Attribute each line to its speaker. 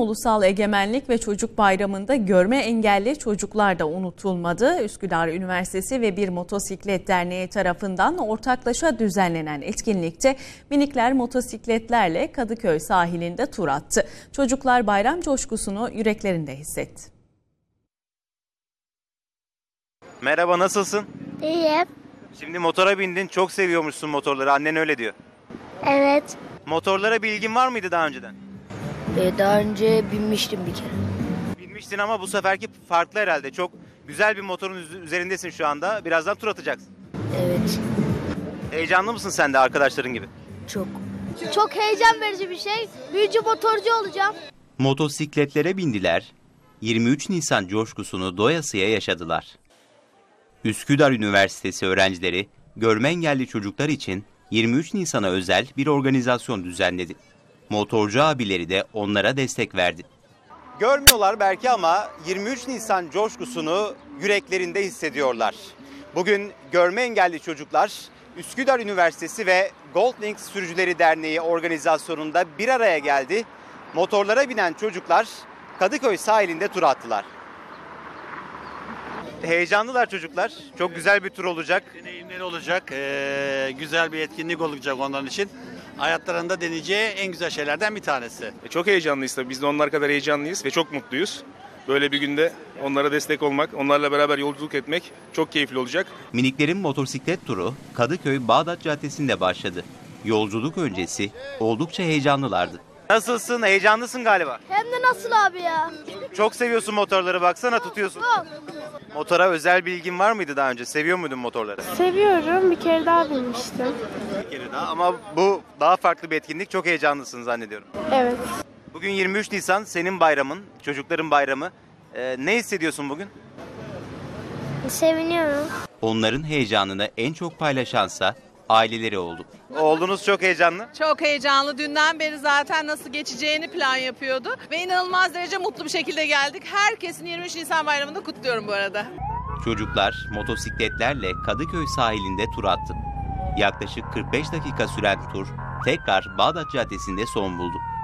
Speaker 1: Ulusal Egemenlik ve Çocuk Bayramı'nda görme engelli çocuklar da unutulmadı. Üsküdar Üniversitesi ve Bir Motosiklet Derneği tarafından ortaklaşa düzenlenen etkinlikte minikler motosikletlerle Kadıköy sahilinde tur attı. Çocuklar bayram coşkusunu yüreklerinde hissetti.
Speaker 2: Merhaba nasılsın?
Speaker 3: İyiyim.
Speaker 2: Şimdi motora bindin çok seviyormuşsun motorları annen öyle diyor.
Speaker 3: Evet.
Speaker 2: Motorlara bir ilgin var mıydı daha önceden?
Speaker 4: Ee, daha önce binmiştim bir kere.
Speaker 2: Binmiştin ama bu seferki farklı herhalde. Çok güzel bir motorun üz- üzerindesin şu anda. Birazdan tur atacaksın.
Speaker 4: Evet,
Speaker 2: Heyecanlı mısın sen de arkadaşların gibi?
Speaker 4: çok.
Speaker 3: Çok heyecan verici bir şey. Büyücü motorcu olacağım.
Speaker 5: Motosikletlere bindiler, 23 Nisan coşkusunu doyasıya yaşadılar. Üsküdar Üniversitesi öğrencileri, görme engelli çocuklar için 23 Nisan'a özel bir organizasyon düzenledi. Motorcu abileri de onlara destek verdi.
Speaker 2: Görmüyorlar belki ama 23 Nisan coşkusunu yüreklerinde hissediyorlar. Bugün görme engelli çocuklar Üsküdar Üniversitesi ve Gold Links Sürücüleri Derneği organizasyonunda bir araya geldi. Motorlara binen çocuklar Kadıköy sahilinde tur attılar. Heyecanlılar çocuklar. Çok güzel bir tur olacak.
Speaker 6: Deneyimleri olacak. eee, güzel bir etkinlik olacak onların için. Hayatlarında deneyeceği en güzel şeylerden bir tanesi.
Speaker 7: E, Çok heyecanlıyız tabii. Biz de onlar kadar heyecanlıyız ve çok mutluyuz. Böyle bir günde onlara destek olmak, onlarla beraber yolculuk etmek çok keyifli olacak.
Speaker 5: Miniklerin motosiklet turu Kadıköy-Bağdat Caddesi'nde başladı. Yolculuk öncesi oldukça heyecanlılardı.
Speaker 2: Nasılsın? Heyecanlısın galiba.
Speaker 3: Hem de nasıl abi ya?
Speaker 2: Çok seviyorsun motorları baksana tutuyorsun. Motora özel bilgin var mıydı daha önce? Seviyor muydun motorları?
Speaker 8: Seviyorum. Bir kere daha binmiştim.
Speaker 2: kere daha ama bu daha farklı bir etkinlik. Çok heyecanlısın zannediyorum.
Speaker 8: Evet.
Speaker 2: Bugün 23 Nisan senin bayramın, çocukların bayramı. Ee, ne hissediyorsun bugün?
Speaker 3: Seviniyorum.
Speaker 5: Onların heyecanını en çok paylaşansa aileleri oldu.
Speaker 2: Oğlunuz çok heyecanlı.
Speaker 9: Çok heyecanlı. Dünden beri zaten nasıl geçeceğini plan yapıyordu. Ve inanılmaz derece mutlu bir şekilde geldik. Herkesin 23 Nisan Bayramı'nda kutluyorum bu arada.
Speaker 5: Çocuklar motosikletlerle Kadıköy sahilinde tur attı. Yaklaşık 45 dakika süren tur tekrar Bağdat Caddesi'nde son buldu.